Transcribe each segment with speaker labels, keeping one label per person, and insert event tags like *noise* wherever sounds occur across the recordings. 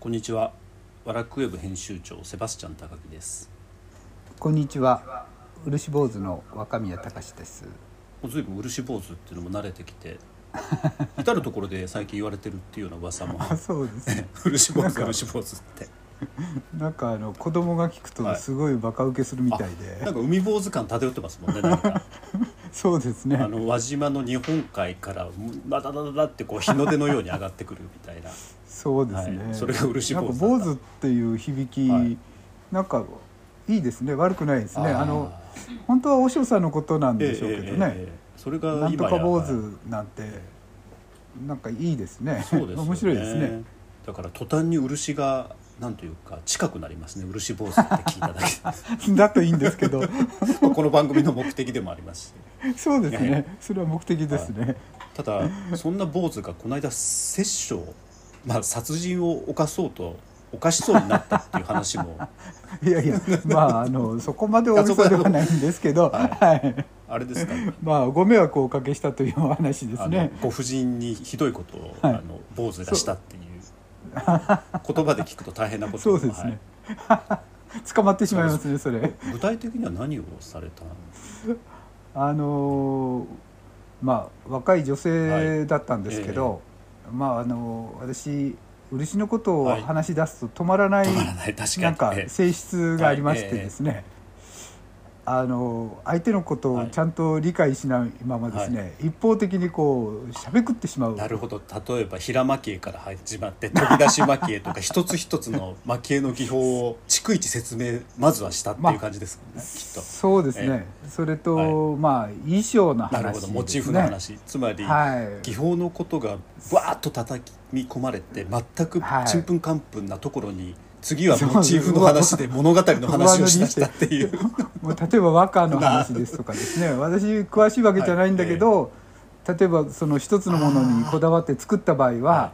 Speaker 1: こんにちは。ワラクウェブ編集長セバスチャン高木です。
Speaker 2: こんにちは漆坊主の若宮隆です
Speaker 1: もうずいぶん漆坊主っていうのも慣れてき
Speaker 2: *laughs*
Speaker 1: て、至る所で最近言われてるっていうような噂
Speaker 2: *laughs*
Speaker 1: も。
Speaker 2: あそうです
Speaker 1: 漆坊
Speaker 2: なん
Speaker 1: 主
Speaker 2: か
Speaker 1: 漆坊主って。
Speaker 2: なんかあの子供が聞く
Speaker 1: は
Speaker 2: と
Speaker 1: い
Speaker 2: すごいバカ受けするみたいで、
Speaker 1: なんか海坊主感漂ってますもん
Speaker 2: *laughs*
Speaker 1: ね。なんか
Speaker 2: そうですね
Speaker 1: あの輪島の日本海からダダダダダってこう日の出のように上がってくるみたいな。
Speaker 2: そうですね、
Speaker 1: はいそれが漆坊主だ
Speaker 2: なんか
Speaker 1: った
Speaker 2: 坊主っていう響き、
Speaker 1: はい
Speaker 2: なんかいいですね悪くないですねあ
Speaker 1: ー
Speaker 2: の本当は和尚さんのことなんでしょうけ
Speaker 1: ええ
Speaker 2: どね、
Speaker 1: ええええそれが今
Speaker 2: なんと
Speaker 1: や
Speaker 2: か坊主なんて、なんかいいですね
Speaker 1: そうですよね
Speaker 2: 面白いですね
Speaker 1: だから途端に漆がなんというか近くなりますね漆坊主って聞いただけ
Speaker 2: だといいんですけ
Speaker 1: *laughs*
Speaker 2: ど
Speaker 1: でこの番組の目的でもありますし
Speaker 2: そうです
Speaker 1: いやいや
Speaker 2: ねそれは目的ですね、
Speaker 1: ただそんな坊主がこの間殺生、まあ、殺人を犯そうと犯しそうになったっていう話も
Speaker 2: *laughs* いやいや、まあ、あの、そこまで大げさではないんですけど、
Speaker 1: あそ
Speaker 2: はい。
Speaker 1: あれですかね
Speaker 2: まあ、ご迷惑をおかけしたというお話です
Speaker 1: あの
Speaker 2: ね。
Speaker 1: ご婦人にひどいことを、
Speaker 2: は
Speaker 1: あ
Speaker 2: い
Speaker 1: の坊主がしたっていう言葉で聞くと大変なこと
Speaker 2: そうですね。捕まってしまいますね、それ。
Speaker 1: はい具体的には何をされたんです
Speaker 2: あのー、まあ、若い女性だったんですけ
Speaker 1: は
Speaker 2: ど。まあ、あのー、私、漆のことを
Speaker 1: はい
Speaker 2: 話し出すと止まらない。
Speaker 1: か止まらない確かに
Speaker 2: なんか
Speaker 1: ええ
Speaker 2: 性質がありましてですね、あの相手のこと
Speaker 1: は
Speaker 2: を
Speaker 1: い
Speaker 2: ちゃんと理解しないままですね、一方的にこうしゃべくってしまう
Speaker 1: なるほど例えば平蒔絵から始まって飛び出し蒔絵とか
Speaker 2: *laughs*
Speaker 1: 一つ一つの蒔絵の技法を逐一説明まずはしたっていう感じですもんね、き
Speaker 2: そうですね、それと、まあ衣装の
Speaker 1: っとな
Speaker 2: 話
Speaker 1: る
Speaker 2: で
Speaker 1: ほ
Speaker 2: す、
Speaker 1: ど
Speaker 2: ね、
Speaker 1: モチーフの話、つまり、
Speaker 2: はい
Speaker 1: 技法のことがわーっと叩き込まれて全く
Speaker 2: はい
Speaker 1: ちんぷんかんぷんなところに次はモチーフの話で物語の話をしだしたっていう
Speaker 2: もう例えば和歌の話ですとかで
Speaker 1: *laughs*
Speaker 2: すね私詳しいわけじゃないんだけど、例えばその一つのものにこだわって作った場合は、
Speaker 1: は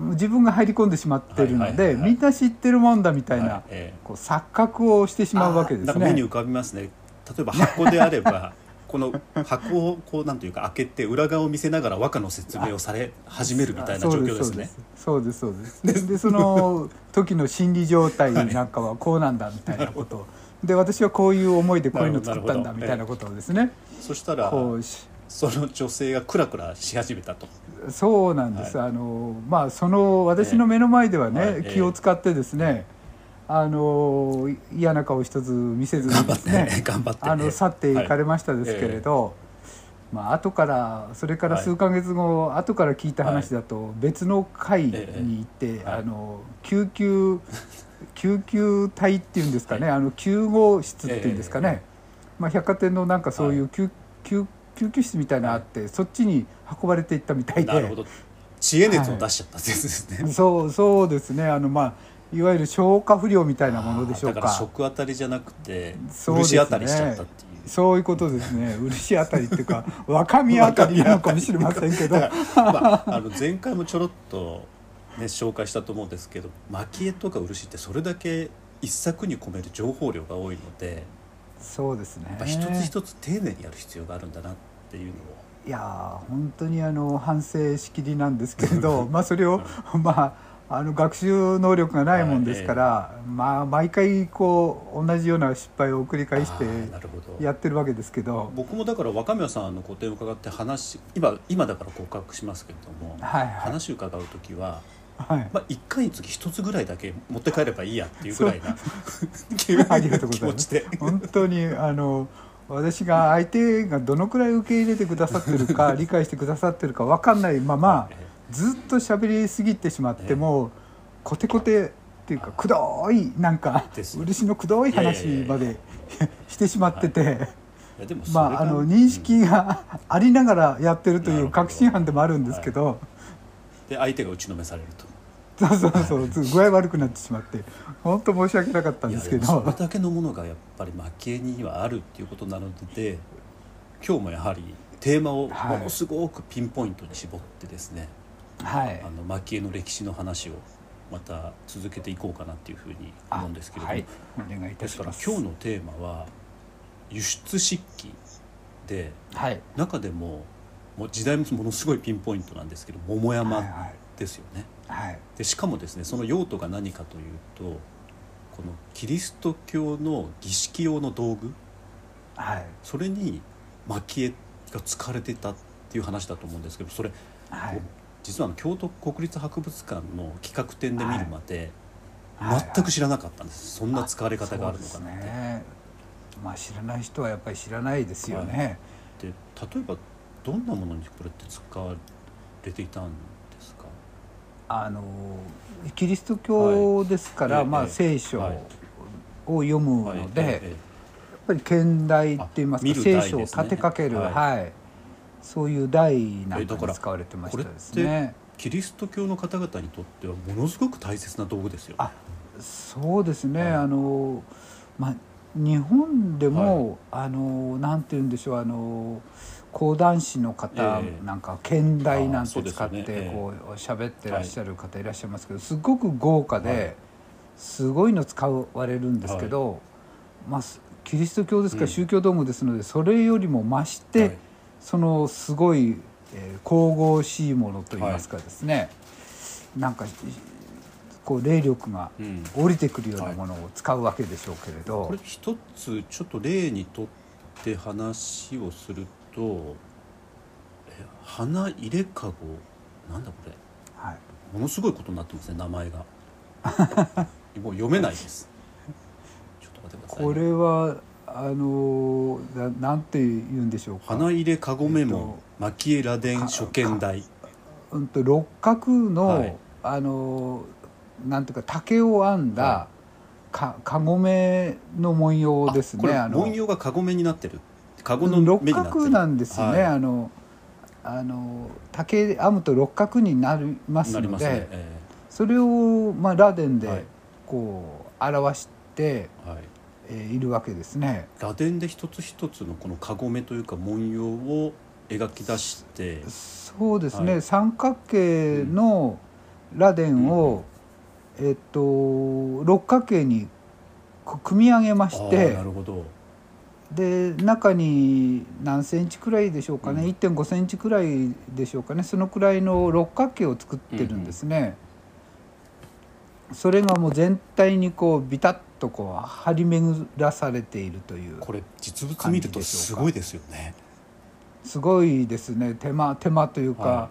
Speaker 2: 自分が入り込んでしまってるので、
Speaker 1: はいはいはいはい
Speaker 2: みんな知ってるもんだみたいな、
Speaker 1: はいええ
Speaker 2: こう錯覚をしてしまうわけで
Speaker 1: な
Speaker 2: す
Speaker 1: んか目に
Speaker 2: ね
Speaker 1: 浮。かびますね例えば箱であれ
Speaker 2: *laughs*
Speaker 1: ばこの箱をこうなんというか開けて裏側を見せながら和歌の説明をされ始めるみたいな状況ですね。
Speaker 2: そうですそうですそうですで
Speaker 1: *laughs*
Speaker 2: その時の心理状態なんかはこうなんだみたいなことをで私はこういう思いでこういうの作った
Speaker 1: なるほどなる
Speaker 2: んだ
Speaker 1: ほど
Speaker 2: みたいなことをです
Speaker 1: *laughs*
Speaker 2: ね
Speaker 1: そしたら
Speaker 2: こうし
Speaker 1: その女性がクラクラし始めたと。
Speaker 2: そうなんです、あのまあその私の目の前ではね、
Speaker 1: はいええ
Speaker 2: 気を使ってですね、あの嫌な顔一つ見せずに
Speaker 1: 頑張
Speaker 2: で
Speaker 1: っ
Speaker 2: す
Speaker 1: て、
Speaker 2: ね
Speaker 1: *laughs* 頑張って、
Speaker 2: あの去っていかれましたですけれど、まあ後からそれから
Speaker 1: はい
Speaker 2: 数ヶ月後、後から聞いた話だと別の会に行って、
Speaker 1: えはい
Speaker 2: あの救急救急隊っていうんですかね、あの救護室っていうんですかね、
Speaker 1: え
Speaker 2: まあ、百貨店のなんかそういう救,、救救急室みたいなのあって、そっちに運ばれていったみた
Speaker 1: はいい
Speaker 2: で
Speaker 1: なるほど知恵熱を出しちゃったんですね。
Speaker 2: そうそうですねあの、まあ、いわゆる消化不良みたいなものでしょう
Speaker 1: だ
Speaker 2: か。
Speaker 1: から食当たりじゃなくて
Speaker 2: そうで
Speaker 1: 漆
Speaker 2: すね
Speaker 1: 当たりしちゃったっていう。
Speaker 2: そういうことですね。 *laughs* 漆あたりっていうか、若宮あたりなのかもしれませんけど。
Speaker 1: だからまあ、あの前回もちょろっと、ね、紹介したと思うんですけど蒔絵とか漆ってそれだけ一作に込める情報量が多いので
Speaker 2: そうですね
Speaker 1: やっ。ぱ一つ一つ丁寧にやる必要があるんだなっていうのを
Speaker 2: いやー、本当にあの反省しきりなんですけ
Speaker 1: *laughs*
Speaker 2: れど、まあ、それを、 *laughs* まあ。あの学習能力がないもんですから、まあ、毎回こう同じような失敗を繰り返して
Speaker 1: あーなるほど
Speaker 2: やってるわけですけど。
Speaker 1: 僕もだから若宮さんの個展を伺って話今今だから告白しますけれども、
Speaker 2: はいはい
Speaker 1: 話を伺う時は、
Speaker 2: はい。
Speaker 1: まあ、1回につき1つぐらいだけ持って帰ればいいやっていうぐらいな *laughs*
Speaker 2: ありがとうご
Speaker 1: 気
Speaker 2: ざ
Speaker 1: 持
Speaker 2: いま
Speaker 1: ち
Speaker 2: す
Speaker 1: で。
Speaker 2: 本当にあの私が相手がどのくらい受け入れてくださってる
Speaker 1: *laughs*
Speaker 2: か理解してくださってるか分かんないまま
Speaker 1: え
Speaker 2: ずっと喋りすぎてしまってもうコテコテっていうかくどいなんか
Speaker 1: です
Speaker 2: 漆のくどい話までしてしまってて
Speaker 1: いやでもそれ
Speaker 2: ま
Speaker 1: が
Speaker 2: ああの認識がありながらやってると
Speaker 1: ないるほ
Speaker 2: う
Speaker 1: ど
Speaker 2: 確信犯でもあるんですけど
Speaker 1: で相手が打ちのめされると。
Speaker 2: そうそうそうちょっと具合悪くなってしまって本当申し訳なかったんですけ
Speaker 1: いやでも
Speaker 2: ど
Speaker 1: それだけのものがやっぱり蒔絵にはあるっていうことなので今日もやはりテーマをも
Speaker 2: はい
Speaker 1: のすごくピンポイントに絞ってですね、
Speaker 2: はい
Speaker 1: あの蒔絵の歴史の話をまた続けていこうかなっていうふうに思うんですけれども、
Speaker 2: はい、お願いいた
Speaker 1: です
Speaker 2: し
Speaker 1: か
Speaker 2: ま
Speaker 1: ら
Speaker 2: す
Speaker 1: 今日のテーマは輸出漆器で
Speaker 2: はい
Speaker 1: 中でももう時代もものすごいピンポイントなんですけど桃
Speaker 2: はい
Speaker 1: 山
Speaker 2: はい
Speaker 1: ですよね。
Speaker 2: はい
Speaker 1: でしかもですねその用途が何かというとこのキリスト教の儀式用の道具
Speaker 2: はい
Speaker 1: それに蒔絵が使われてたっていう話だと思うんですけどそれ、
Speaker 2: はい
Speaker 1: 実はあの京都国立博物館の企画展で見るまで、
Speaker 2: はいはい
Speaker 1: 全く知らなかったんです、そんな使われ方があるのかな
Speaker 2: そう
Speaker 1: っ
Speaker 2: で
Speaker 1: て。
Speaker 2: すねまあ知らない人はやっぱり知らないですよね、
Speaker 1: で例えばどんなものにこれって使われていたんですか
Speaker 2: あのキリスト教ですから、
Speaker 1: はいええ
Speaker 2: ま
Speaker 1: え
Speaker 2: あ
Speaker 1: え
Speaker 2: 聖書
Speaker 1: はい
Speaker 2: を読むので、
Speaker 1: はいえ
Speaker 2: やっぱり兼題って言います
Speaker 1: あ
Speaker 2: か、
Speaker 1: 見る
Speaker 2: 聖
Speaker 1: 台
Speaker 2: 書を
Speaker 1: ですね
Speaker 2: 立てかける、
Speaker 1: は
Speaker 2: はいいそういう台なん
Speaker 1: えだ
Speaker 2: か
Speaker 1: から
Speaker 2: に使われてましたです
Speaker 1: これっ
Speaker 2: ね。
Speaker 1: えキリスト教の方々にとってはものすごく大切な道具ですよね。
Speaker 2: あそうですね、
Speaker 1: はい
Speaker 2: あのまあ日本でも、あのなんて言うんでしょうあの講談師の方
Speaker 1: ええ
Speaker 2: なんか兼題な
Speaker 1: あ
Speaker 2: ん
Speaker 1: そ
Speaker 2: て
Speaker 1: うです
Speaker 2: 使
Speaker 1: よ
Speaker 2: っ
Speaker 1: ね
Speaker 2: て
Speaker 1: ええ
Speaker 2: こう喋ってらっしゃる方いらっしゃいますけどすごく豪華で、
Speaker 1: はい
Speaker 2: すごいの使われるんですけど、まあすキリスト教です
Speaker 1: う
Speaker 2: か
Speaker 1: ん
Speaker 2: ら宗教道具ですので、それよりも増して、
Speaker 1: はい
Speaker 2: そのすごい、えー神々しいものといいますかですね、なんかいこう霊力が
Speaker 1: うん
Speaker 2: 降りてくるようなものを使うわけでしょうけれど、
Speaker 1: これ一つちょっと例にとって話をするとえ花入れかごなんだこれ
Speaker 2: はい、
Speaker 1: ものすごいことになってますね名
Speaker 2: *laughs*
Speaker 1: 前がもう読めないですちょっと待ってくださいね、
Speaker 2: これはあのーななんて言うんでしょうか
Speaker 1: 花入れかごメモ蒔絵螺鈿初見台
Speaker 2: うんと六角の、
Speaker 1: はい
Speaker 2: あのーなんていうか竹を編んだ、
Speaker 1: は
Speaker 2: かかごめの文様です
Speaker 1: あこ
Speaker 2: ね。
Speaker 1: れ
Speaker 2: あの
Speaker 1: 文様がカゴメになってるカゴの目
Speaker 2: 六
Speaker 1: になってる
Speaker 2: 角なんですね、
Speaker 1: はい
Speaker 2: あのあの竹で編むと六角になります
Speaker 1: なり
Speaker 2: の
Speaker 1: ま
Speaker 2: です
Speaker 1: ね、え
Speaker 2: それを、まあ、螺鈿
Speaker 1: はい
Speaker 2: でこう表して、
Speaker 1: えはい、
Speaker 2: えーいるわけですね。
Speaker 1: 螺鈿で一つ一つのこのカゴメというか文様を描き出して
Speaker 2: そうですね、
Speaker 1: はい
Speaker 2: 三角形の螺鈿を、えっと六角形にこ組み上げまし
Speaker 1: あー
Speaker 2: て
Speaker 1: なるほど
Speaker 2: で中に何センチくらいでしょうかね、
Speaker 1: うん
Speaker 2: 1.5センチくらいでしょうかねそのくらいの六角形を作ってるんですね、それがもう全体にこうビタッとこう張り巡らされているという
Speaker 1: これ実物見るとすごいですよね
Speaker 2: すごいですね手間手間というか、
Speaker 1: は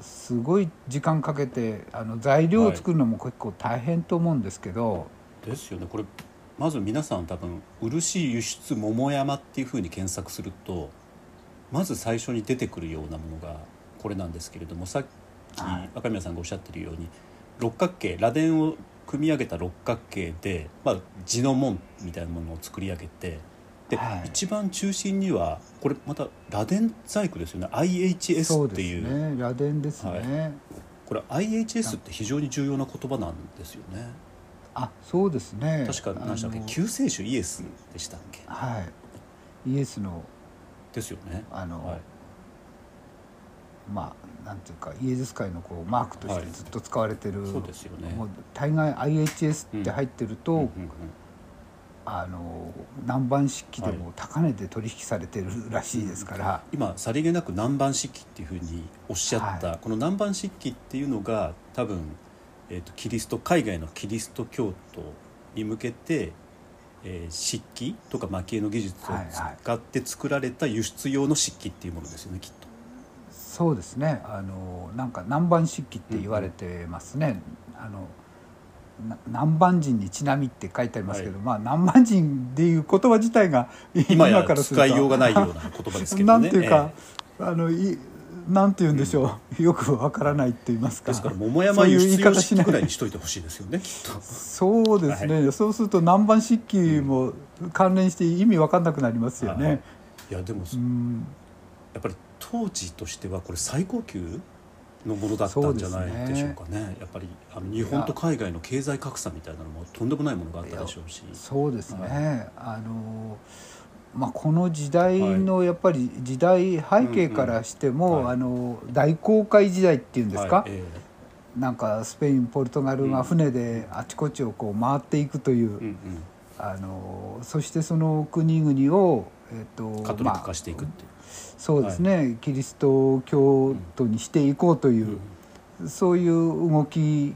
Speaker 2: すごい時間かけてあの材料を作るのも結構大変と思うんですけど、
Speaker 1: ですよねこれまず皆さん多分「漆輸出桃山」っていうふうに検索するとまず最初に出てくるようなものがこれなんですけれどもさっき
Speaker 2: はい
Speaker 1: 若宮さんがおっしゃってるように六角形螺鈿を組み上げた六角形で、まあ、地の門みたいなものを作り上げてで、
Speaker 2: はい
Speaker 1: 一番中心にはこれまた螺鈿細工ですよね
Speaker 2: そ
Speaker 1: IHS
Speaker 2: う
Speaker 1: って
Speaker 2: で
Speaker 1: い
Speaker 2: す
Speaker 1: う
Speaker 2: ね螺鈿ですね。
Speaker 1: はいこれ IHS って非常に重要な言葉なんですよね。
Speaker 2: あそうですね
Speaker 1: 確か何でしたっけ
Speaker 2: あの
Speaker 1: 救世主イエスでしたっけ
Speaker 2: はいイエスの
Speaker 1: ですよね。
Speaker 2: あの、
Speaker 1: はい
Speaker 2: まあなんていうかイエズス会のこうマークとして
Speaker 1: はい
Speaker 2: ずっと使われてる、
Speaker 1: そうですよね
Speaker 2: もう大概 IHS って入ってると、
Speaker 1: うんうんうん
Speaker 2: あの南蛮式でも高値で取引されてるらしいですから、
Speaker 1: 今さりげなく南蛮漆器っていうふうにおっしゃった、この南蛮漆器っていうのが多分、えー、とキリスト海外のキリスト教徒に向けて、えー漆器とか蒔絵の技術を使って作られた輸出用の漆器っていうものですよねきっと。
Speaker 2: そうですねあのなんか南蛮漆器って言われてますね、あのな南蛮人にちなみって書いてありますけど、まあ南蛮人っていう言葉自体が
Speaker 1: 今や
Speaker 2: からする
Speaker 1: 使
Speaker 2: と
Speaker 1: いようがないような言葉ですけ
Speaker 2: *laughs* な
Speaker 1: ど
Speaker 2: ん
Speaker 1: ね。
Speaker 2: ていうか
Speaker 1: え、
Speaker 2: あのいなんて言うんでしょう、よくわからないって言います
Speaker 1: え
Speaker 2: か
Speaker 1: ですから桃山
Speaker 2: そうい
Speaker 1: 輸
Speaker 2: う言い
Speaker 1: 出用
Speaker 2: 方
Speaker 1: 漆
Speaker 2: しな
Speaker 1: 器
Speaker 2: い
Speaker 1: ぐらいにしといてほしいですよねきっと。
Speaker 2: そうですね、そうすると南蛮漆器も関連して意味わかんなくなりますよね、
Speaker 1: はいいやでも
Speaker 2: うん
Speaker 1: やっぱり当時としてはこれ最高級のものだったんじゃないでしょうかねやっぱりあの日本と海外の経済格差みたいなのもとんでもないものがあったでしょうし
Speaker 2: そうですね、
Speaker 1: は
Speaker 2: あのまあ、この時代のやっぱり時代背景からしても、
Speaker 1: うんうんはい
Speaker 2: あの大航海時代っていうんですか、
Speaker 1: はいえ
Speaker 2: なんかスペインポルトガルが船であちこちをこう回っていくという、
Speaker 1: えうんうん
Speaker 2: あのそしてその国々を、えっと
Speaker 1: カトリック化していくってい
Speaker 2: まあそうですね、キリスト教徒にしていこうという、
Speaker 1: う、うん
Speaker 2: そういう動き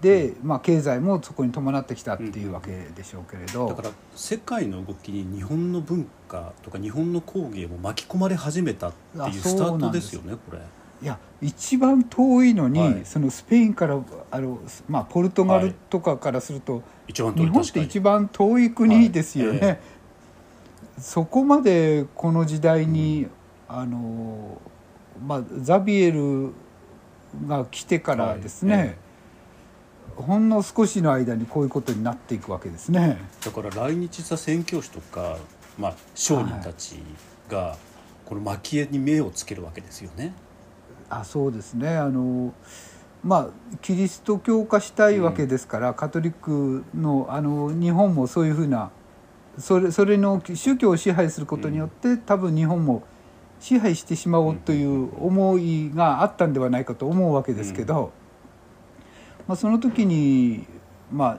Speaker 2: で、まあ、経済もそこに伴ってきたっていうわけでしょうけれど、
Speaker 1: だから世界の動きに日本の文化とか日本の工芸も巻き込まれ始めたってい
Speaker 2: あ
Speaker 1: うスタ
Speaker 2: そう
Speaker 1: ー
Speaker 2: な
Speaker 1: ト
Speaker 2: んで
Speaker 1: ですすよねこれ。
Speaker 2: いや一番遠いのに、
Speaker 1: はい
Speaker 2: そのスペインからあの、まあ、ポルトガルとかからすると、
Speaker 1: 一番遠い
Speaker 2: 日本って
Speaker 1: 確かに
Speaker 2: 一番遠い国ですよね、
Speaker 1: はいえ
Speaker 2: そこまでこの時代に、あのまあ、ザビエルが来てからですね、
Speaker 1: はいえ
Speaker 2: ほんの少しの間にこういうことになっていくわけですね。
Speaker 1: だから来日した宣教師とか、まあ、商人たちがこの蒔絵に目をつけるわけですよね。
Speaker 2: あそうですねあのまあキリスト教化したいわけですから、カトリックのあの日本もそういうふうなそれそれの宗教を支配することによって、多分日本も支配してしまおうという思いがあったんではないかと思うわけですけど、まあ、その時に、まあ、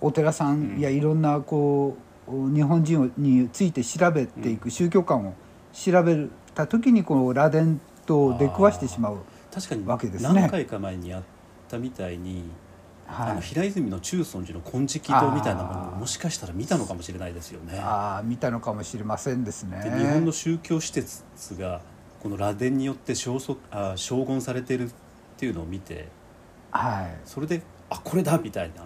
Speaker 2: お寺さんやいろんなこう日本人について調べていく宗教観を調べた時にこの螺鈿と出くわしてしまう。
Speaker 1: 確か
Speaker 2: わけで
Speaker 1: に
Speaker 2: すね
Speaker 1: 何回か前にやったみたいに、あ
Speaker 2: は
Speaker 1: の
Speaker 2: い
Speaker 1: 平泉の中尊寺の金色堂みたいなもの
Speaker 2: あー
Speaker 1: ももしかしたら見たのかもしれないですよね。
Speaker 2: ああ見たのかもしれませんですね。
Speaker 1: で日本の宗教施設がこの螺鈿によって消息あ荘厳されてるっていうのを見て
Speaker 2: はい、
Speaker 1: それであこれだみたいな。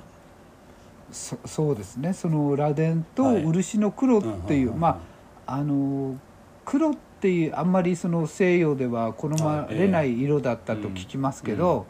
Speaker 2: そそうですねその螺鈿と
Speaker 1: はい
Speaker 2: 漆の黒って
Speaker 1: うん
Speaker 2: いう、
Speaker 1: うんうんうん
Speaker 2: まああの黒っていうあんまりその西洋では好まれない色だったと聞きますけど、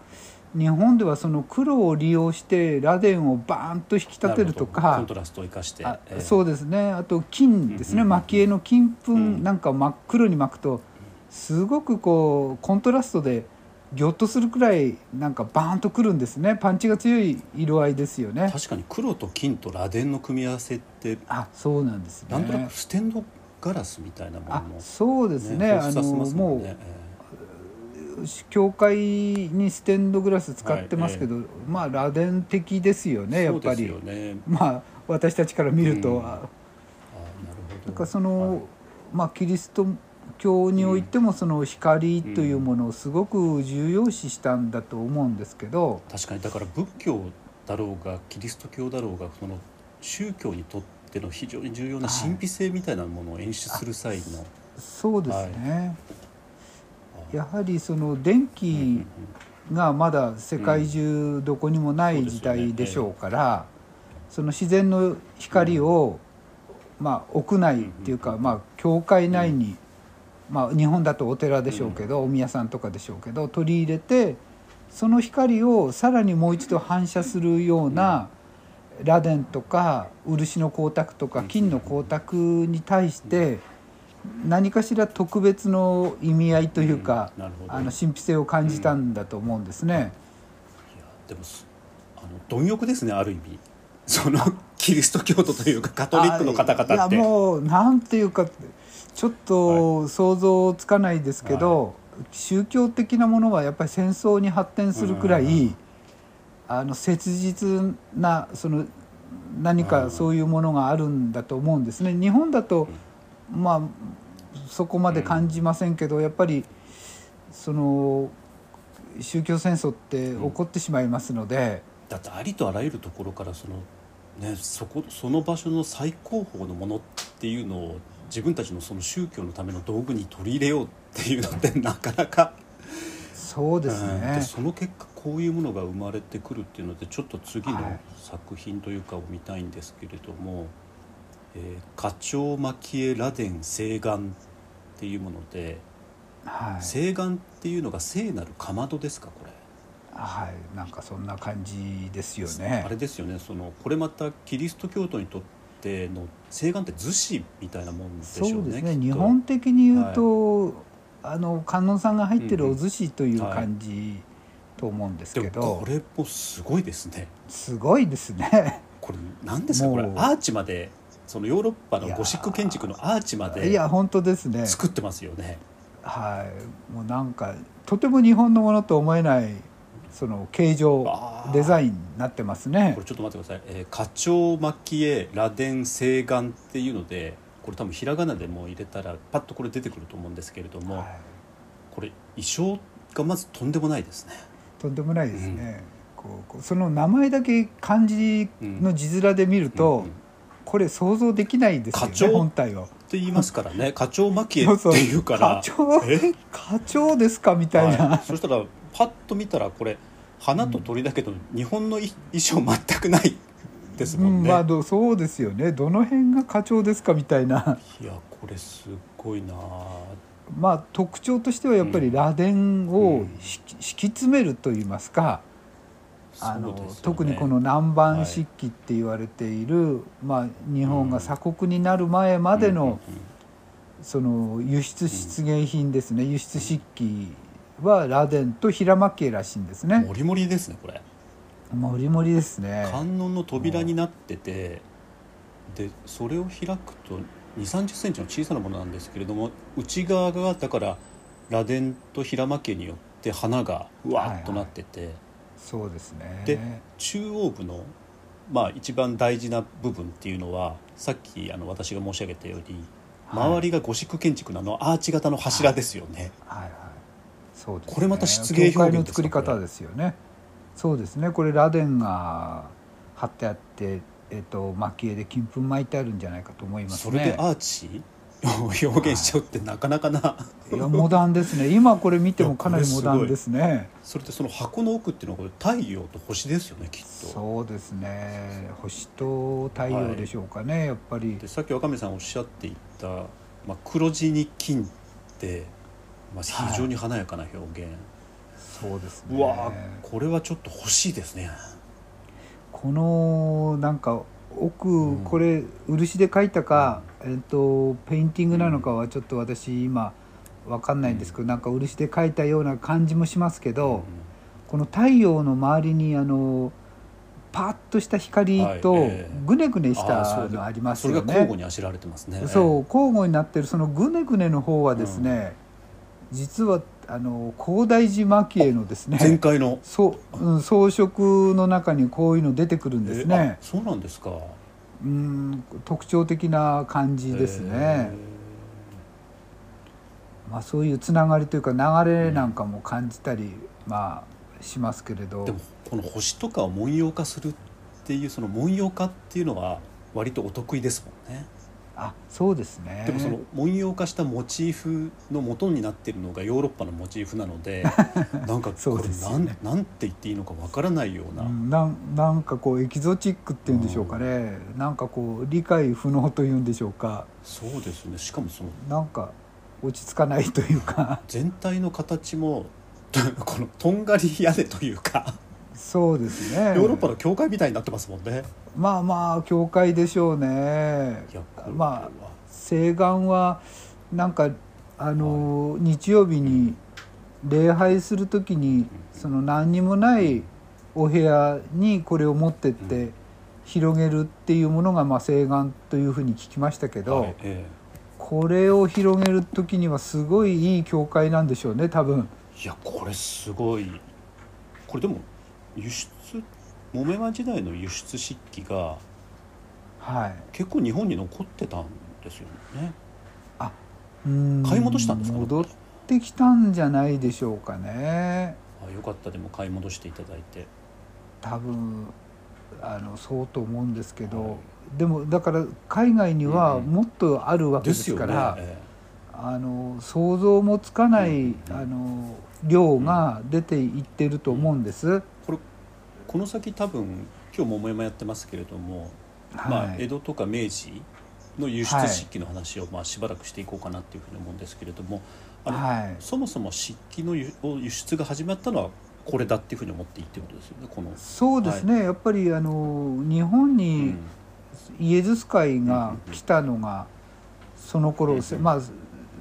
Speaker 2: 日本ではその黒を利用して螺鈿をバーンと引き立てる
Speaker 1: なほど
Speaker 2: と
Speaker 1: コ
Speaker 2: か
Speaker 1: ントラストを生かして
Speaker 2: あ、
Speaker 1: えー
Speaker 2: そうですねあと金ですね、
Speaker 1: うんうんうん
Speaker 2: 蒔絵の金粉
Speaker 1: うん
Speaker 2: なんかを真っ黒に巻くとすごくこうコントラストでギョッとするくらいなんかバーンとくるんですねパンチが強い色合いですよね。
Speaker 1: 確かに黒と金と螺鈿の組み合わせって
Speaker 2: あそうなんですね。
Speaker 1: なんとなくステンドガラスみたいなもの
Speaker 2: あ
Speaker 1: も、
Speaker 2: そうですねあ
Speaker 1: 放出
Speaker 2: の
Speaker 1: させますもん
Speaker 2: も
Speaker 1: ねえ
Speaker 2: う教会にステンドグラス使ってますけど、まあ螺鈿的ですよ
Speaker 1: え
Speaker 2: ねやっぱり、
Speaker 1: そうですよね
Speaker 2: まあ私たちから見ると、
Speaker 1: うん
Speaker 2: あ
Speaker 1: あなるほど
Speaker 2: なんかその、
Speaker 1: はい
Speaker 2: まあキリスト教においてもその光というものをすごく重要視したんだと思うんですけど、
Speaker 1: 確かにだから仏教だろうがキリスト教だろうがその宗教にとっての非常に重要な神秘性みたいなものを演出する際の、
Speaker 2: そうですね、
Speaker 1: あ
Speaker 2: やはりその電気がまだ世界中どこにもな
Speaker 1: うん
Speaker 2: い
Speaker 1: そうです
Speaker 2: 時
Speaker 1: よね
Speaker 2: 代でしょうから、その自然の光を、まあ、屋内っていうか、まあ、教会内に、まあ、日本だとお寺でしょうけど、お宮さんとかでしょうけど取り入れてその光をさらにもう一度反射するような、螺鈿とか漆の光沢とか金の光沢に対して何かしら特別の意味合いというか、
Speaker 1: うんなるほど
Speaker 2: あの神秘性を感じたんだと思うんですね。
Speaker 1: いやでもすあの貪欲ですねある意味そのキリスト教徒というかカトリックの方々って
Speaker 2: あいやもうなんていうかちょっと想像つかないですけど、宗教的なものはやっぱり戦争に発展するくらい、
Speaker 1: うんうんう
Speaker 2: あの切実なその何かそういうものがあるんだと思うんですね。日本だと、まあそこまで感じませんけど、やっぱりその宗教戦争って起こってしまいますので。
Speaker 1: だってありとあらゆるところからその、ね、そこその場所の最高峰のものっていうのを自分たちのその宗教のための道具に取り入れようっていうのってなかなか、
Speaker 2: そうですね、
Speaker 1: うんでその結果こういうものが生まれてくるっていうのでちょっと次の
Speaker 2: はい
Speaker 1: 作品というかを見たいんですけれども「えー花鳥蒔絵螺鈿西岸」っていうもので
Speaker 2: はい、
Speaker 1: 西岸っていうのが聖なるかまどですかこれ。
Speaker 2: はい、なんかそんな感じですよ
Speaker 1: あ
Speaker 2: ね
Speaker 1: れ。ですよねそのこれまたキリスト教徒にとっての西岸って逗子みたいなもんでしょうね
Speaker 2: そうです
Speaker 1: き
Speaker 2: ね。
Speaker 1: っと
Speaker 2: 日本的に言うと、あの観音さんが入ってるお寿司という
Speaker 1: うんうん
Speaker 2: 感じと思うんです
Speaker 1: で
Speaker 2: け
Speaker 1: も
Speaker 2: ど、
Speaker 1: これもすごいですね
Speaker 2: すごいですね。
Speaker 1: これ何ですか
Speaker 2: もう
Speaker 1: これアーチまでそのヨーロッパのゴシック建築のアーチま
Speaker 2: い
Speaker 1: で
Speaker 2: や本当ですね。
Speaker 1: 作ってますよね
Speaker 2: はい、もうなんかとても日本のものと思えないその形状
Speaker 1: あー
Speaker 2: デザインになってますね
Speaker 1: これ。ちょっと待ってください「えー、花鳥蒔絵螺鈿西岸」っていうのでこれ多分ひらがなでもう入れたらパッとこれ出てくると思うんですけれども、
Speaker 2: は
Speaker 1: これ衣装がまずとんでもないですね。
Speaker 2: とんでもないですね、こうこうその名前だけ漢字の字面で見ると、
Speaker 1: うん
Speaker 2: これ想像できないですよ
Speaker 1: 課
Speaker 2: ね
Speaker 1: 長
Speaker 2: 本体を。
Speaker 1: って言います
Speaker 2: *laughs*
Speaker 1: からね課長蒔絵
Speaker 2: そう
Speaker 1: って
Speaker 2: そう
Speaker 1: いうから
Speaker 2: 課 *laughs* 長
Speaker 1: えみ
Speaker 2: 課長ですかみたいな、
Speaker 1: そしたらパッと見たらこれ花と鳥だけど、日本の衣装全くないですもん
Speaker 2: うん
Speaker 1: ね。
Speaker 2: まあどそうですよねどの辺が課長ですかみたいな
Speaker 1: いやこれすごいなあ
Speaker 2: まあ特徴としてはやっぱり螺鈿
Speaker 1: う
Speaker 2: を
Speaker 1: ん
Speaker 2: ひき敷き詰めるといいますか、あ
Speaker 1: そう
Speaker 2: の
Speaker 1: ですよね
Speaker 2: 特にこの南蛮漆器って言われている、まあ、日本が鎖国になる前までの、その輸出出現品ですね、輸出漆器は螺鈿と平間系らしいんです
Speaker 1: うんうん
Speaker 2: ね
Speaker 1: モリモリですねこれ
Speaker 2: もりもりですね
Speaker 1: 観音の扉になっててでそれを開くと2 3 0センチの小さなものなんですけれども内側がだから螺鈿と平間家によって花がうわーっとなってて、
Speaker 2: そうですね
Speaker 1: で中央部の、まあ、一番大事な部分っていうのはさっきあの私が申し上げたように、
Speaker 2: はい
Speaker 1: 周りがゴシック建築のあのアーチ型の柱ですよね。
Speaker 2: はいはい。そうです、ね。
Speaker 1: これまた漆芸表現ですか
Speaker 2: 教会の作り方ですよね。そうですね。これ螺鈿が貼ってあって、えっ、と蒔絵で金粉巻いてあるんじゃないかと思います
Speaker 1: そ
Speaker 2: ね。
Speaker 1: れでアーチを表現しちゃうってなかなかな、
Speaker 2: いやモダンです
Speaker 1: *laughs*
Speaker 2: ね。今これ見てもかなりモダ
Speaker 1: いやこ
Speaker 2: ン
Speaker 1: れ
Speaker 2: ですね。
Speaker 1: それでその箱の奥っていうのはこれ太陽と星ですよねきっと。
Speaker 2: そうですね。星と太陽でしょうかね。やっぱり
Speaker 1: で。さっき若宮さんおっしゃっていた、まあ、黒地に金って、まあ、
Speaker 2: はい
Speaker 1: 非常に華やかな表現、
Speaker 2: そうですね。
Speaker 1: うわーこれはちょっと欲しいですね。
Speaker 2: このなんか奥、
Speaker 1: うん
Speaker 2: これ漆で描いたか、えっとペインティングなのかはちょっと私今わかんないんですけど、なんか漆で描いたような感じもしますけど、この太陽の周りにあのパッとした光
Speaker 1: はい
Speaker 2: と
Speaker 1: ええ
Speaker 2: ぐねぐねし
Speaker 1: あー
Speaker 2: た
Speaker 1: そうで
Speaker 2: のあります
Speaker 1: それ
Speaker 2: よ
Speaker 1: が交互
Speaker 2: ね。
Speaker 1: にあしらわれてますね。
Speaker 2: そう交互になってるそのぐねぐねの方はですね、実はあの広大寺蒔絵のですね
Speaker 1: 前回の、
Speaker 2: そう、うん、装飾の中にこういうの出てくるんです
Speaker 1: えーあ
Speaker 2: ね。
Speaker 1: そうなんですか。
Speaker 2: うん、特徴的な感じですね。
Speaker 1: え
Speaker 2: まあ、そういうつながりというか、流れなんかも感じたり、まあ、しますけれど。
Speaker 1: ーでもこの星とかを文様化するっていうその文様化っていうのは割とお得意ですもんね。
Speaker 2: あ、そうですね。
Speaker 1: でもその文様化したモチーフの元になってるのがヨーロッパのモチーフなの
Speaker 2: *laughs*
Speaker 1: でなんか
Speaker 2: そ
Speaker 1: こ
Speaker 2: う
Speaker 1: れ
Speaker 2: です
Speaker 1: な
Speaker 2: よ
Speaker 1: ん,、
Speaker 2: ね
Speaker 1: なんて言っていいのかわからないような、
Speaker 2: うん、なん、なんかこうエキゾチックっていうんでしょうかね。なんかこう理解不能というんでしょうか。
Speaker 1: そうですねしかもその
Speaker 2: なんか落ち着かないという
Speaker 1: *laughs*
Speaker 2: か。
Speaker 1: 全体の形も *laughs* このとんがり屋根というか
Speaker 2: そうですね。
Speaker 1: ヨーロッパの教会みたいになってますもんね。
Speaker 2: まあまあ、教会でしょうね
Speaker 1: いや。これは
Speaker 2: まあ。西岸はなんかあの、日曜日に礼拝する時にその何にもないお部屋にこれを持ってって広げるっていうものが、まあ、西岸というふうに聞きましたけど、
Speaker 1: はいえ
Speaker 2: これを広げる時にはすごいいい教会なんでしょうね多分。
Speaker 1: えいやこれすごいこれでも輸出木綿湾時代の輸出漆器が
Speaker 2: はい
Speaker 1: 結構日本に残ってたんですよね
Speaker 2: うん
Speaker 1: 買い戻したんですか
Speaker 2: 戻ってきたんじゃないでしょうかね。
Speaker 1: あよかったでも買い戻していただいて
Speaker 2: 多分あのそうと思うんですけど、
Speaker 1: はい
Speaker 2: でもだから海外には
Speaker 1: うんうん
Speaker 2: もっとあるわけです
Speaker 1: よ
Speaker 2: か
Speaker 1: ね
Speaker 2: ら、
Speaker 1: え
Speaker 2: あの想像もつかない、
Speaker 1: うんうん
Speaker 2: あの量が出ていってると思うんです。
Speaker 1: えこれこの先多分今日桃山やってますけれども、ま
Speaker 2: は
Speaker 1: あ、江
Speaker 2: い、
Speaker 1: 戸とか明治の輸出漆器の話をまあしばらくしていこうかなっていうふうに思うんですけれどもあの、
Speaker 2: はい、
Speaker 1: そもそも漆器の輸を輸出が始まったのはこれだっていうふうに思っていいってことですよねこの。
Speaker 2: そうですね、やっぱりあの日本
Speaker 1: う
Speaker 2: に
Speaker 1: ん
Speaker 2: イエズス会が来たのがその頃、
Speaker 1: うんうん
Speaker 2: まあ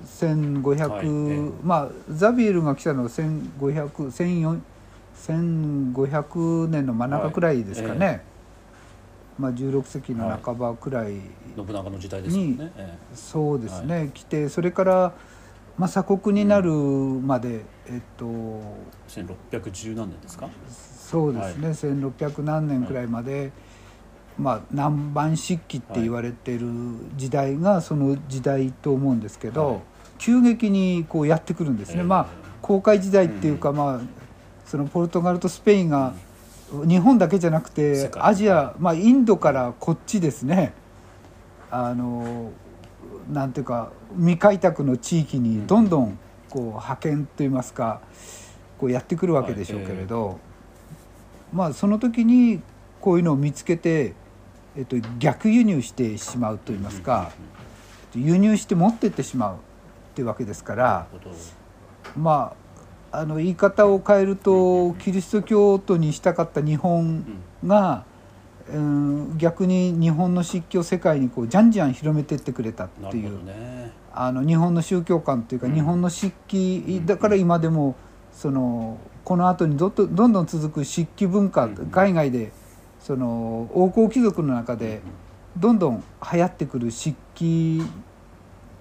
Speaker 2: 1500、
Speaker 1: はいええ
Speaker 2: まあザビエルが来たのは1500 1400 1500年の真ん中くらいですかね、
Speaker 1: は
Speaker 2: まあ、16世紀の半ばくらい、
Speaker 1: 信長の時代ですよ
Speaker 2: に
Speaker 1: ね。え
Speaker 2: そうですね、来てそれから、まあ、鎖国になるまで、えっと
Speaker 1: え、1610何年ですか。
Speaker 2: そうですね、1600何年くらいまで、まあ、南蛮漆器って言われてる時代がその時代と思うんですけど、
Speaker 1: はい
Speaker 2: 急激にこうやってくるんですね、
Speaker 1: ええ
Speaker 2: まあ航海時代っていうか、まあそのポルトガルとスペインが日本だけじゃなく
Speaker 1: 世
Speaker 2: て
Speaker 1: 界
Speaker 2: アジア、まあ、インドからこっちですねあのなんていうか未開拓の地域にどんどんこう派遣といいますかこうやってくるわけでしょうけれど、まあその時にこういうのを見つけて、えっと、逆輸入してしまうといいますか、輸入して持ってってしまうっていうわけですから。
Speaker 1: なるほど
Speaker 2: まあ、あの言い方を変えるとキリスト教徒にしたかった日本が、うん、逆に日本の漆器を世界にこうじゃんじゃん広めてってくれたっ
Speaker 1: な
Speaker 2: て
Speaker 1: る
Speaker 2: い
Speaker 1: ほ
Speaker 2: う、
Speaker 1: どね
Speaker 2: あの日本の宗教観というか、
Speaker 1: うん
Speaker 2: 日本の漆器だから今でもそのこの後にどっとどんどん続く漆器文化、
Speaker 1: うん
Speaker 2: 海外でその王侯貴族の中でどんどん流行ってくる漆器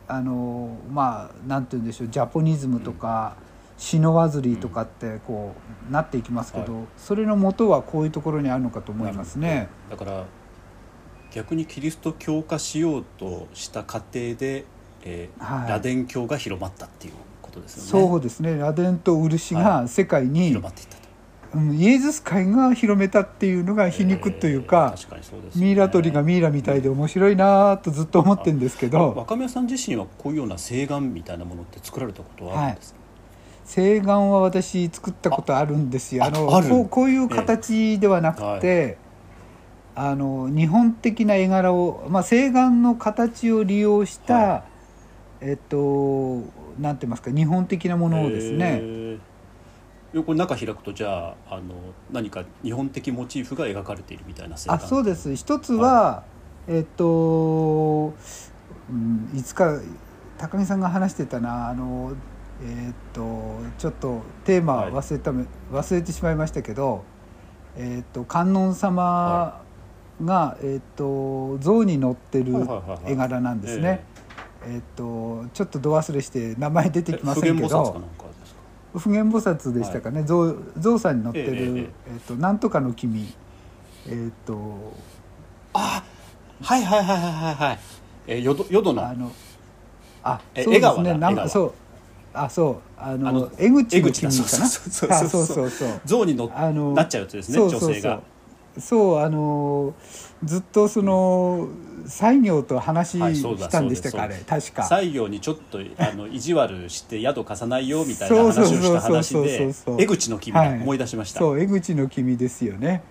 Speaker 2: あのまあなんて言うんでしょうジャポニズムとか、シノワズリーとかってこうなっていきますけど、それの元はこういうところにあるのかと思いますね。
Speaker 1: だから逆にキリスト教化しようとした過程で、えー
Speaker 2: はい
Speaker 1: ラデン教が広まったっていうことですよね
Speaker 2: そうですねラデンと漆
Speaker 1: は
Speaker 2: が世界に、
Speaker 1: 広まっていったと
Speaker 2: うん、イエズス会が広めたっていうのが皮肉というか,、
Speaker 1: えー確かにそうです、
Speaker 2: ミイラ取りがミイラみたいで面白いなぁとずっと思ってるんで
Speaker 1: *laughs*
Speaker 2: すけど
Speaker 1: 若宮さん自身はこういうような請願みたいなものって作られたことはあるんですか、
Speaker 2: 請願は私作ったことあるんですよ。
Speaker 1: あ
Speaker 2: あの
Speaker 1: ある
Speaker 2: こうこういう形ではなくて、あの日本的な絵柄を、まあ、請願の形を利用した、
Speaker 1: は
Speaker 2: えっとなんて言いますか日本的なものをです
Speaker 1: え
Speaker 2: ね、
Speaker 1: ーよく中開くとじゃああの何か日本的モチーフが描かれているみたいな請願
Speaker 2: あそうです一つは、えっと、うん、いつか高木さんが話してたなあのえっとちょっとテーマ
Speaker 1: はい
Speaker 2: 忘れため、忘れてしまいましたけど、えっと観音様が、えっと像に乗ってる
Speaker 1: はいはいはいはい
Speaker 2: 絵柄なんですね。えっとちょっとど忘れして名前出て
Speaker 1: え
Speaker 2: きませんけ
Speaker 1: 普賢菩薩か
Speaker 2: ど
Speaker 1: なんかですか
Speaker 2: 普賢菩薩でしたかね、象象さんに乗ってる
Speaker 1: えええええ
Speaker 2: 「えっとなんとかの君」えっと
Speaker 1: あはいはいはいはいはいはいえーよどよどの
Speaker 2: あのあ
Speaker 1: え
Speaker 2: そうで
Speaker 1: 江川
Speaker 2: す
Speaker 1: だ
Speaker 2: ねな
Speaker 1: 江川
Speaker 2: んそうあそうあの
Speaker 1: あの
Speaker 2: 江口
Speaker 1: 江
Speaker 2: の
Speaker 1: 口だ
Speaker 2: 君かな
Speaker 1: そうそうそうそう
Speaker 2: あそうそうそう
Speaker 1: 象にの
Speaker 2: あの
Speaker 1: なっちゃうやつですね
Speaker 2: そう
Speaker 1: 女
Speaker 2: そうそう
Speaker 1: 性が
Speaker 2: そうあのずっとその西行と話
Speaker 1: はいそうだ
Speaker 2: したんでしたか、
Speaker 1: そう
Speaker 2: あ
Speaker 1: で
Speaker 2: れ
Speaker 1: す
Speaker 2: 確か
Speaker 1: 西行にちょっとあの意地悪して宿貸さないよみたいな話をした話
Speaker 2: そうそうそうそう
Speaker 1: で
Speaker 2: そうそう
Speaker 1: 江口の君
Speaker 2: はい
Speaker 1: 思い出しました、
Speaker 2: そう江口の君ですよね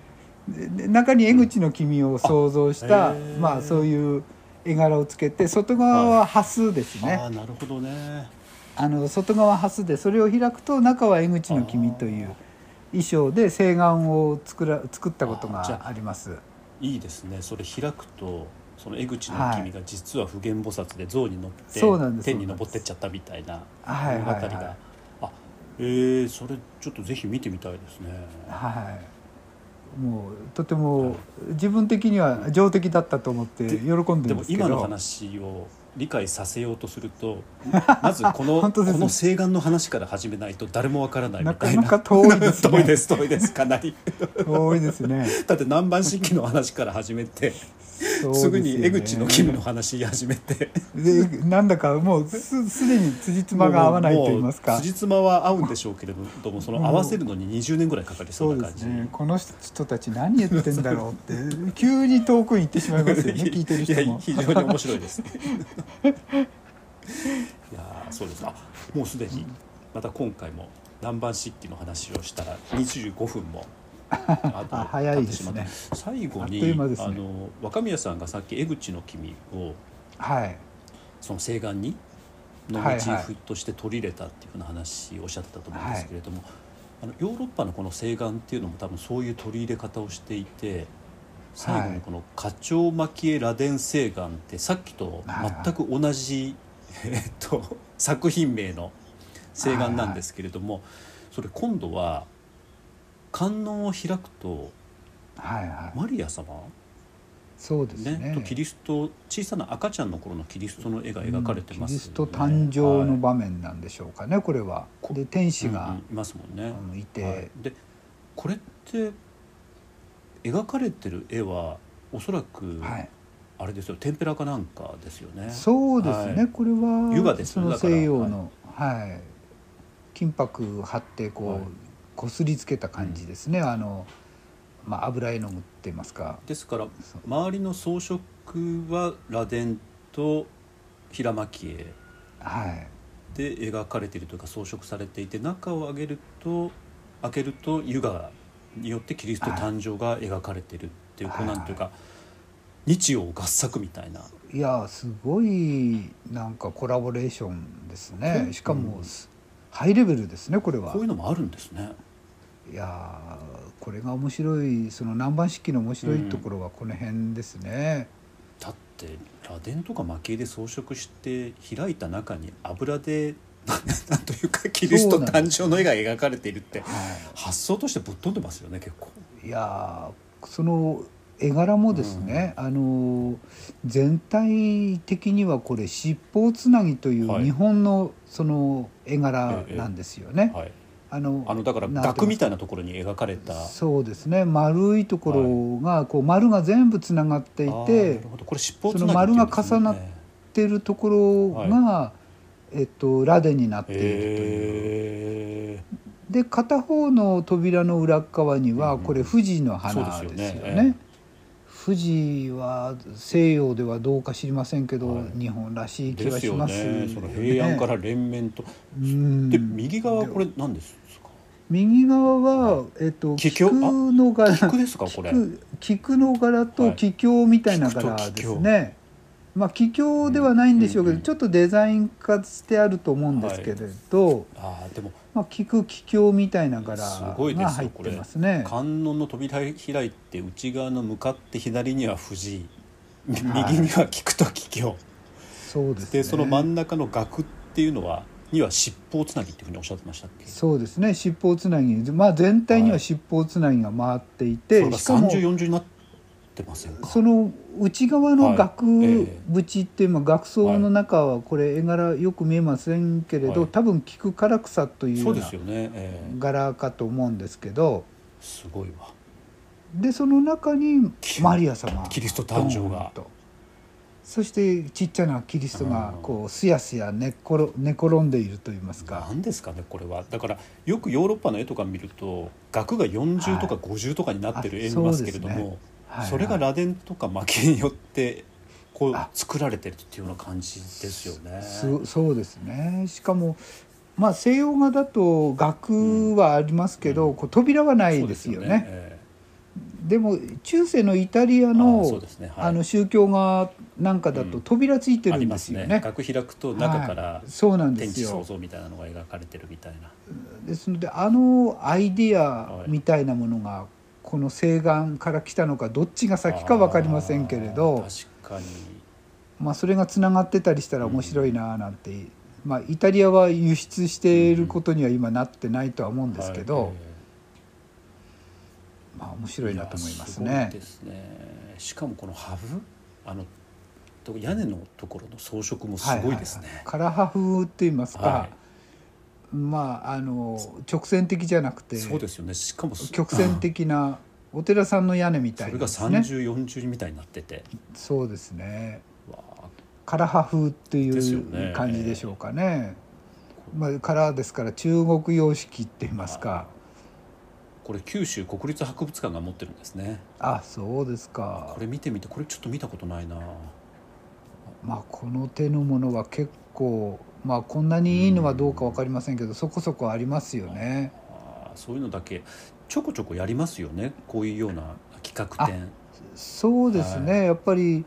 Speaker 2: でで中に江口の君を想像し
Speaker 1: あ
Speaker 2: た、
Speaker 1: へー
Speaker 2: まあそういう絵柄をつけて外側は蓮ですね、
Speaker 1: ああなるほどね
Speaker 2: あの外側は蓮でそれを開くと中は江口の君という衣装で請願を作ら作ったこと
Speaker 1: あーじゃ
Speaker 2: が
Speaker 1: あ
Speaker 2: あります
Speaker 1: いいですねそれ開くとその江口の
Speaker 2: はい
Speaker 1: 君が実は普賢菩薩で象に乗って
Speaker 2: そうなんです
Speaker 1: 天に登ってっちゃったみたいな
Speaker 2: はい
Speaker 1: 物語が、
Speaker 2: はいはい
Speaker 1: あえー、それちょっとぜひ見てみたいですね
Speaker 2: はいもうとても自分的には情的だったと思って喜んでるん
Speaker 1: で
Speaker 2: で
Speaker 1: も
Speaker 2: すけど
Speaker 1: 今の話を理解させようとする
Speaker 2: *laughs*
Speaker 1: とまずこの、こ
Speaker 2: 本当ですね
Speaker 1: の請願の話から始めないと誰もわからないみ
Speaker 2: な
Speaker 1: た
Speaker 2: か
Speaker 1: いな
Speaker 2: なか遠いですね
Speaker 1: *laughs* 遠いです遠いですかなり
Speaker 2: 遠いですね
Speaker 1: だって南蛮神器の話から始めて
Speaker 2: そうですす
Speaker 1: ぐに江口の君
Speaker 2: の
Speaker 1: の話言い始めて
Speaker 2: でなんだかもうすすでに辻褄が合わないと言います
Speaker 1: も
Speaker 2: か
Speaker 1: う辻褄は合うんでしょうけれどもその合わせるのに20年ぐらいかかりそ
Speaker 2: そうう
Speaker 1: な
Speaker 2: で
Speaker 1: 感
Speaker 2: す
Speaker 1: じ、
Speaker 2: ねこの人たち何言ってんだろうって急に遠くに行ってしまいますよね聞いてる
Speaker 1: *laughs*
Speaker 2: 人
Speaker 1: いや
Speaker 2: も
Speaker 1: 非常に面白いですいやーそうですあもうすでにまた今回も南蛮漆器の話をしたら25分もあ
Speaker 2: *laughs* あ早い
Speaker 1: 経っ
Speaker 2: で
Speaker 1: てし
Speaker 2: す
Speaker 1: ま
Speaker 2: ね
Speaker 1: った最後
Speaker 2: あっと
Speaker 1: に
Speaker 2: いう間ですね
Speaker 1: あの若宮さんがさっき江口の君を
Speaker 2: はい
Speaker 1: その請願にのモチーフとして取り入れたっていうふうな話をおっしゃってたと思うんですけれども、あのヨーロッパのこの請願っていうのも多分そういう取り入れ方をしていて最後
Speaker 2: は
Speaker 1: の
Speaker 2: い
Speaker 1: この「花鳥蒔絵螺鈿請願」ってさっきと全く同じ、 *laughs* えっと作品名の請願なんですけれども、それ今度は観音を開くと
Speaker 2: はいはい
Speaker 1: マリア様
Speaker 2: そうですね
Speaker 1: ねとキリスト小さな赤ちゃんの頃のキリストの絵が描かれてますよ
Speaker 2: キリ
Speaker 1: ね
Speaker 2: スト誕生
Speaker 1: は
Speaker 2: の
Speaker 1: い
Speaker 2: 場面なんでしょうかねこれは
Speaker 1: こ
Speaker 2: で天使
Speaker 1: うんう
Speaker 2: が
Speaker 1: んいますもんね。
Speaker 2: うんいて、
Speaker 1: はいでこれって描かれてる絵はおそらく、
Speaker 2: はい
Speaker 1: ああれですよ天ぷらかなんかですよね
Speaker 2: そうですね、
Speaker 1: はい
Speaker 2: これは
Speaker 1: 湯葉です
Speaker 2: そ
Speaker 1: よ
Speaker 2: の
Speaker 1: だから
Speaker 2: 西洋の、はい金箔貼ってこう、
Speaker 1: はい
Speaker 2: こすりつけた感じですね、あの、まあ、油絵の具って言いますか
Speaker 1: ですから
Speaker 2: そう
Speaker 1: 周りの装飾は螺鈿と平蒔絵
Speaker 2: はい
Speaker 1: で描かれているというか装飾されていて中を上げると開けると湯河によってキリスト誕生が描かれているっていう
Speaker 2: はい
Speaker 1: こうなんていうか日曜合作みたいない
Speaker 2: やすごいなんかコラボレーションですね
Speaker 1: こ
Speaker 2: しかも、ハイレベルですねこれは
Speaker 1: こういうのもあるんですね。
Speaker 2: いやーこれが面白いその南蛮式の面白いところはこの辺ですね、
Speaker 1: だって螺鈿とか蒔絵で装飾して開いた中に油で *laughs* ななんというかキリスト誕生の絵が描かれているって
Speaker 2: は
Speaker 1: 発想としてぶっ飛んでますよね結構。
Speaker 2: い、いやーその絵柄もですね、あのー全体的にはこれ七宝つなぎとい
Speaker 1: は
Speaker 2: う
Speaker 1: い
Speaker 2: 日本のその絵柄なんですよね。
Speaker 1: はい、
Speaker 2: あの
Speaker 1: あのだから
Speaker 2: なんて
Speaker 1: 額み
Speaker 2: い
Speaker 1: たいなところに描かれた
Speaker 2: うのそうですね丸いところがこう丸が全部つながってい
Speaker 1: あー
Speaker 2: て
Speaker 1: なるほどこれ尻尾
Speaker 2: その丸が重なっってるところが、えっと、ラデになっているという。
Speaker 1: え
Speaker 2: で片方の扉の裏っ側には、
Speaker 1: うん
Speaker 2: これ富士の花
Speaker 1: そ
Speaker 2: で
Speaker 1: う
Speaker 2: すよ
Speaker 1: です
Speaker 2: ね
Speaker 1: よねえ
Speaker 2: 富士は西洋ではどうか知りませんけど、
Speaker 1: はい
Speaker 2: 日本らしい気
Speaker 1: で
Speaker 2: は
Speaker 1: す
Speaker 2: し
Speaker 1: よ
Speaker 2: ます、
Speaker 1: ねその平安からら連綿と、
Speaker 2: うん
Speaker 1: で右側これ何ですか
Speaker 2: 右側は、えっと、
Speaker 1: 桔梗
Speaker 2: 菊の柄
Speaker 1: 菊ですかこれ
Speaker 2: 菊菊の柄
Speaker 1: は
Speaker 2: と
Speaker 1: い
Speaker 2: 桔梗みたいな
Speaker 1: 菊と
Speaker 2: 柄で
Speaker 1: 桔
Speaker 2: す
Speaker 1: 梗
Speaker 2: ね、まあ桔梗ではないんでしょうけど、
Speaker 1: うんうん
Speaker 2: ちょっとデザイン化してあると思うんですけれど、
Speaker 1: あーでも
Speaker 2: まあ、菊桔梗みたいな柄
Speaker 1: すごいですよ
Speaker 2: が入ってますね。
Speaker 1: 観音の扉開いて内側の向かって左には藤井右
Speaker 2: はい
Speaker 1: には菊と桔梗
Speaker 2: そうですね。
Speaker 1: でその真ん中の額っていうのはには尻尾つなぎっていうふうにおっしゃってましたっけ
Speaker 2: そうですね。尻尾つなぎ、まあ全体に
Speaker 1: は
Speaker 2: はい尻尾つなぎが回ってい
Speaker 1: そ
Speaker 2: て、
Speaker 1: れが
Speaker 2: しかも
Speaker 1: 3040になってませんか
Speaker 2: その内側の額
Speaker 1: はいえ
Speaker 2: 縁っていうまあ額装の中はこれ絵柄よく見えませんけれど、
Speaker 1: はい
Speaker 2: 多分菊唐草という
Speaker 1: そ
Speaker 2: よ
Speaker 1: う
Speaker 2: う
Speaker 1: で
Speaker 2: な
Speaker 1: すよね、ええ
Speaker 2: 柄かと思うんですけど、
Speaker 1: すごいわ
Speaker 2: でその中に
Speaker 1: キ
Speaker 2: マリア様、
Speaker 1: キリスト誕生が
Speaker 2: ドーンと。そしてちっちゃなキリストがこうすやすや寝っ転寝転んでいると言いますか。
Speaker 1: なんですかねこれはだからよくヨーロッパの絵とか見ると額が40とか50とかになってる絵
Speaker 2: あ
Speaker 1: 見
Speaker 2: そうで
Speaker 1: ますす
Speaker 2: ね
Speaker 1: けれども、
Speaker 2: はいはい
Speaker 1: それが螺鈿とか蒔絵によってこう
Speaker 2: あ
Speaker 1: 作られてるっていうような感じですよね。
Speaker 2: すそうですねしかも、まあ、西洋画だと額はありますけど、こう扉はないですよねで
Speaker 1: え
Speaker 2: も中世のイタリア
Speaker 1: あー
Speaker 2: の
Speaker 1: そうですねはい
Speaker 2: あの宗教画なんかだ
Speaker 1: う
Speaker 2: と
Speaker 1: ん
Speaker 2: 扉ついて
Speaker 1: え
Speaker 2: る
Speaker 1: あり
Speaker 2: ん
Speaker 1: ま
Speaker 2: です
Speaker 1: す
Speaker 2: よね。
Speaker 1: ね。額開くと中か
Speaker 2: は
Speaker 1: ら
Speaker 2: いそうなんで
Speaker 1: 天
Speaker 2: す
Speaker 1: 地創
Speaker 2: よ
Speaker 1: 造みたいなのが描かれてるみたいな。
Speaker 2: ですのであのアイディアみたいなものがこの西岸から来たのかどっちが先か分かりませんけれど
Speaker 1: あー確かに
Speaker 2: まあ、それがつながってたりしたら面白いなあなんて、まあ、イタリアは輸出していることには今なってないとは思うんですけど、
Speaker 1: はい
Speaker 2: まあ、面白いなと思います
Speaker 1: や
Speaker 2: ね
Speaker 1: すごいですねしかもこのハブあのと屋根のところの装飾もすごいですね。
Speaker 2: ははカラハ風って言いますか、
Speaker 1: は
Speaker 2: まああの直線的じゃなくて
Speaker 1: そうですよね。しかもす
Speaker 2: 曲線的なお寺さんの屋根み
Speaker 1: そ
Speaker 2: たい
Speaker 1: れ
Speaker 2: な
Speaker 1: が
Speaker 2: です
Speaker 1: 三
Speaker 2: ね
Speaker 1: 十四十みたいになってて、
Speaker 2: そうですね
Speaker 1: わあ
Speaker 2: カラハ風ってい
Speaker 1: ですよね
Speaker 2: う感じでしょうかね。まあ、カラーですから中国様式って言いますか。
Speaker 1: これ九州国立博物館が持ってるんですね。
Speaker 2: あ、そうですか。
Speaker 1: これ見てみて、これちょっと見たことないな。
Speaker 2: まあ、この手のものは結構、まあ、こんなにいいのはどうか分かりませんけど、そこそこありますよね。
Speaker 1: あーそういうのだけちょこちょこやりますよね。こういうような企画展。
Speaker 2: そうですね、
Speaker 1: は
Speaker 2: やっぱり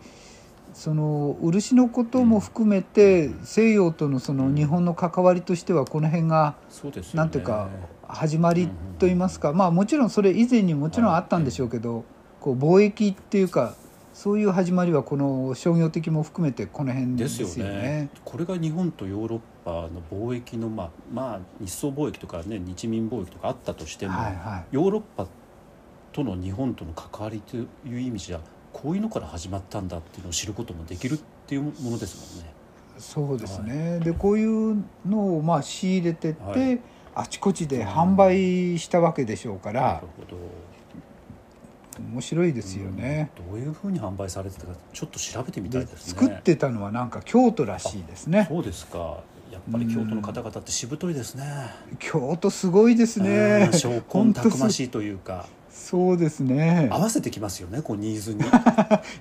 Speaker 2: その漆のことも含めて、西洋とのその日本の関わりとしてはこの辺が
Speaker 1: そうですよね。
Speaker 2: なんていうか始まりといいますか、まあ、もちろんそれ以前にもちろんあったんでしょうけど、こう貿易っていうかそういう始まりはこの商業的も含めてこの辺
Speaker 1: で
Speaker 2: ですす
Speaker 1: よ
Speaker 2: よ
Speaker 1: ね
Speaker 2: ね。
Speaker 1: これが日本とヨーロッパの貿易のまあまあ日宋貿易とかね日民貿易とかあったとしても、
Speaker 2: はいはい
Speaker 1: ヨーロッパとの日本との関わりという意味じゃこういうのから始まったんだっていうのを知ることもできるっていうものですもんね。
Speaker 2: そうですね、でこういうのをまあ仕入れてって、
Speaker 1: はい
Speaker 2: あちこちで販売したわけでしょうから
Speaker 1: なる、ほど。
Speaker 2: 面白いですよね、
Speaker 1: うんどういうふうに販売されてたかちょっと調べてみたい
Speaker 2: で
Speaker 1: ですね
Speaker 2: 作ってたのはなんか京都らしいですね
Speaker 1: *laughs* そうですかやっぱり京都の方々ってしぶといですね、
Speaker 2: 京都すごいです
Speaker 1: う
Speaker 2: ね *laughs*
Speaker 1: ん証拠たくまし
Speaker 2: い
Speaker 1: いというか
Speaker 2: そうですね
Speaker 1: 合わせてきますよねこうニーズに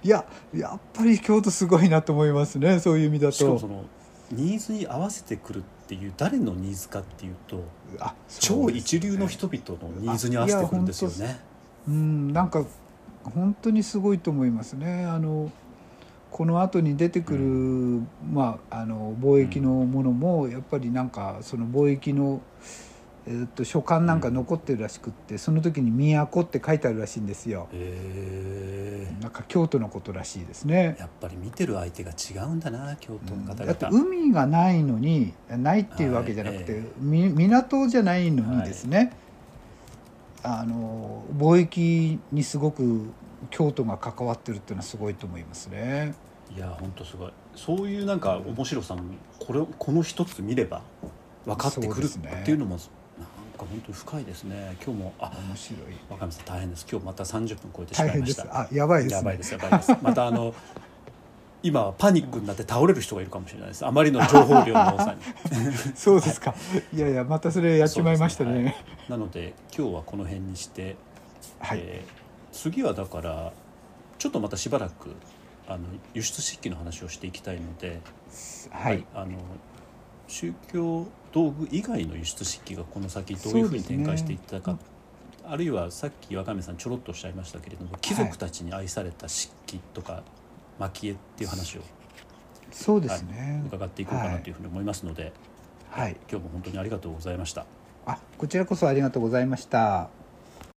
Speaker 2: いややっぱり京都すごいなと思いますねそういう意味だ
Speaker 1: しかも
Speaker 2: と
Speaker 1: そのニーズに合わせてくるっていう誰のニーズかっていうと
Speaker 2: あそう
Speaker 1: 超
Speaker 2: です
Speaker 1: 一流の人々のニーズに合わせてくるんですよね。
Speaker 2: うんなんか本当にすごいと思いますねあのこの後に出てくる、まあ、あの貿易のものもやっぱりなんかその貿易の、えーっと書簡なんか残ってるらしくって、その時に「都」って書いてあるらしいんですよ。
Speaker 1: へ
Speaker 2: なんか京都のことらしいですね
Speaker 1: ー。やっぱり見てる相手が違うんだな京都の方
Speaker 2: だって
Speaker 1: 々。
Speaker 2: 海がないのにないっていうわけじゃなくて、
Speaker 1: はい
Speaker 2: み港じゃないのにですね、あの貿易にすごく京都が関わってるっていうのはすごいと思いますね。
Speaker 1: いや本当すごいそういうなんか面白さもこれこの一つ見れば分かってくる
Speaker 2: そうですね
Speaker 1: っていうのもなんか本当に深いですね今日もあ
Speaker 2: 面白い。
Speaker 1: 若見さん大変です今日また30分超えてし
Speaker 2: 大
Speaker 1: まい
Speaker 2: 変
Speaker 1: ま
Speaker 2: で
Speaker 1: し
Speaker 2: す
Speaker 1: た。。
Speaker 2: あ、やばいです
Speaker 1: やばい
Speaker 2: ね
Speaker 1: で。すやばいですまたあの今はパニックになって倒れる人がいるかもしれないですあまりの情報量の多さに
Speaker 2: そうですか。いやいや、またそれ *laughs* やっちまいました
Speaker 1: そうです
Speaker 2: ね。
Speaker 1: はい
Speaker 2: *laughs*
Speaker 1: なので今日はこの辺にして、
Speaker 2: はい。
Speaker 1: えー次はだからちょっとまたしばらくあの輸出漆器の話をしていきたいので、
Speaker 2: はい。
Speaker 1: あの宗教道具以外の輸出漆器がこの先どういうふうに展開していったか、
Speaker 2: そうで
Speaker 1: あるいはさっき若宮さんちょろっとおっしゃいましたけれども貴族たちに愛された漆器とか蒔絵っていう話を
Speaker 2: そうですね。
Speaker 1: 伺っていこうかなというふうに思いますので、
Speaker 2: はい。
Speaker 1: 今日も本当にありがとうございました。
Speaker 2: あ、こちらこそありがとうございました。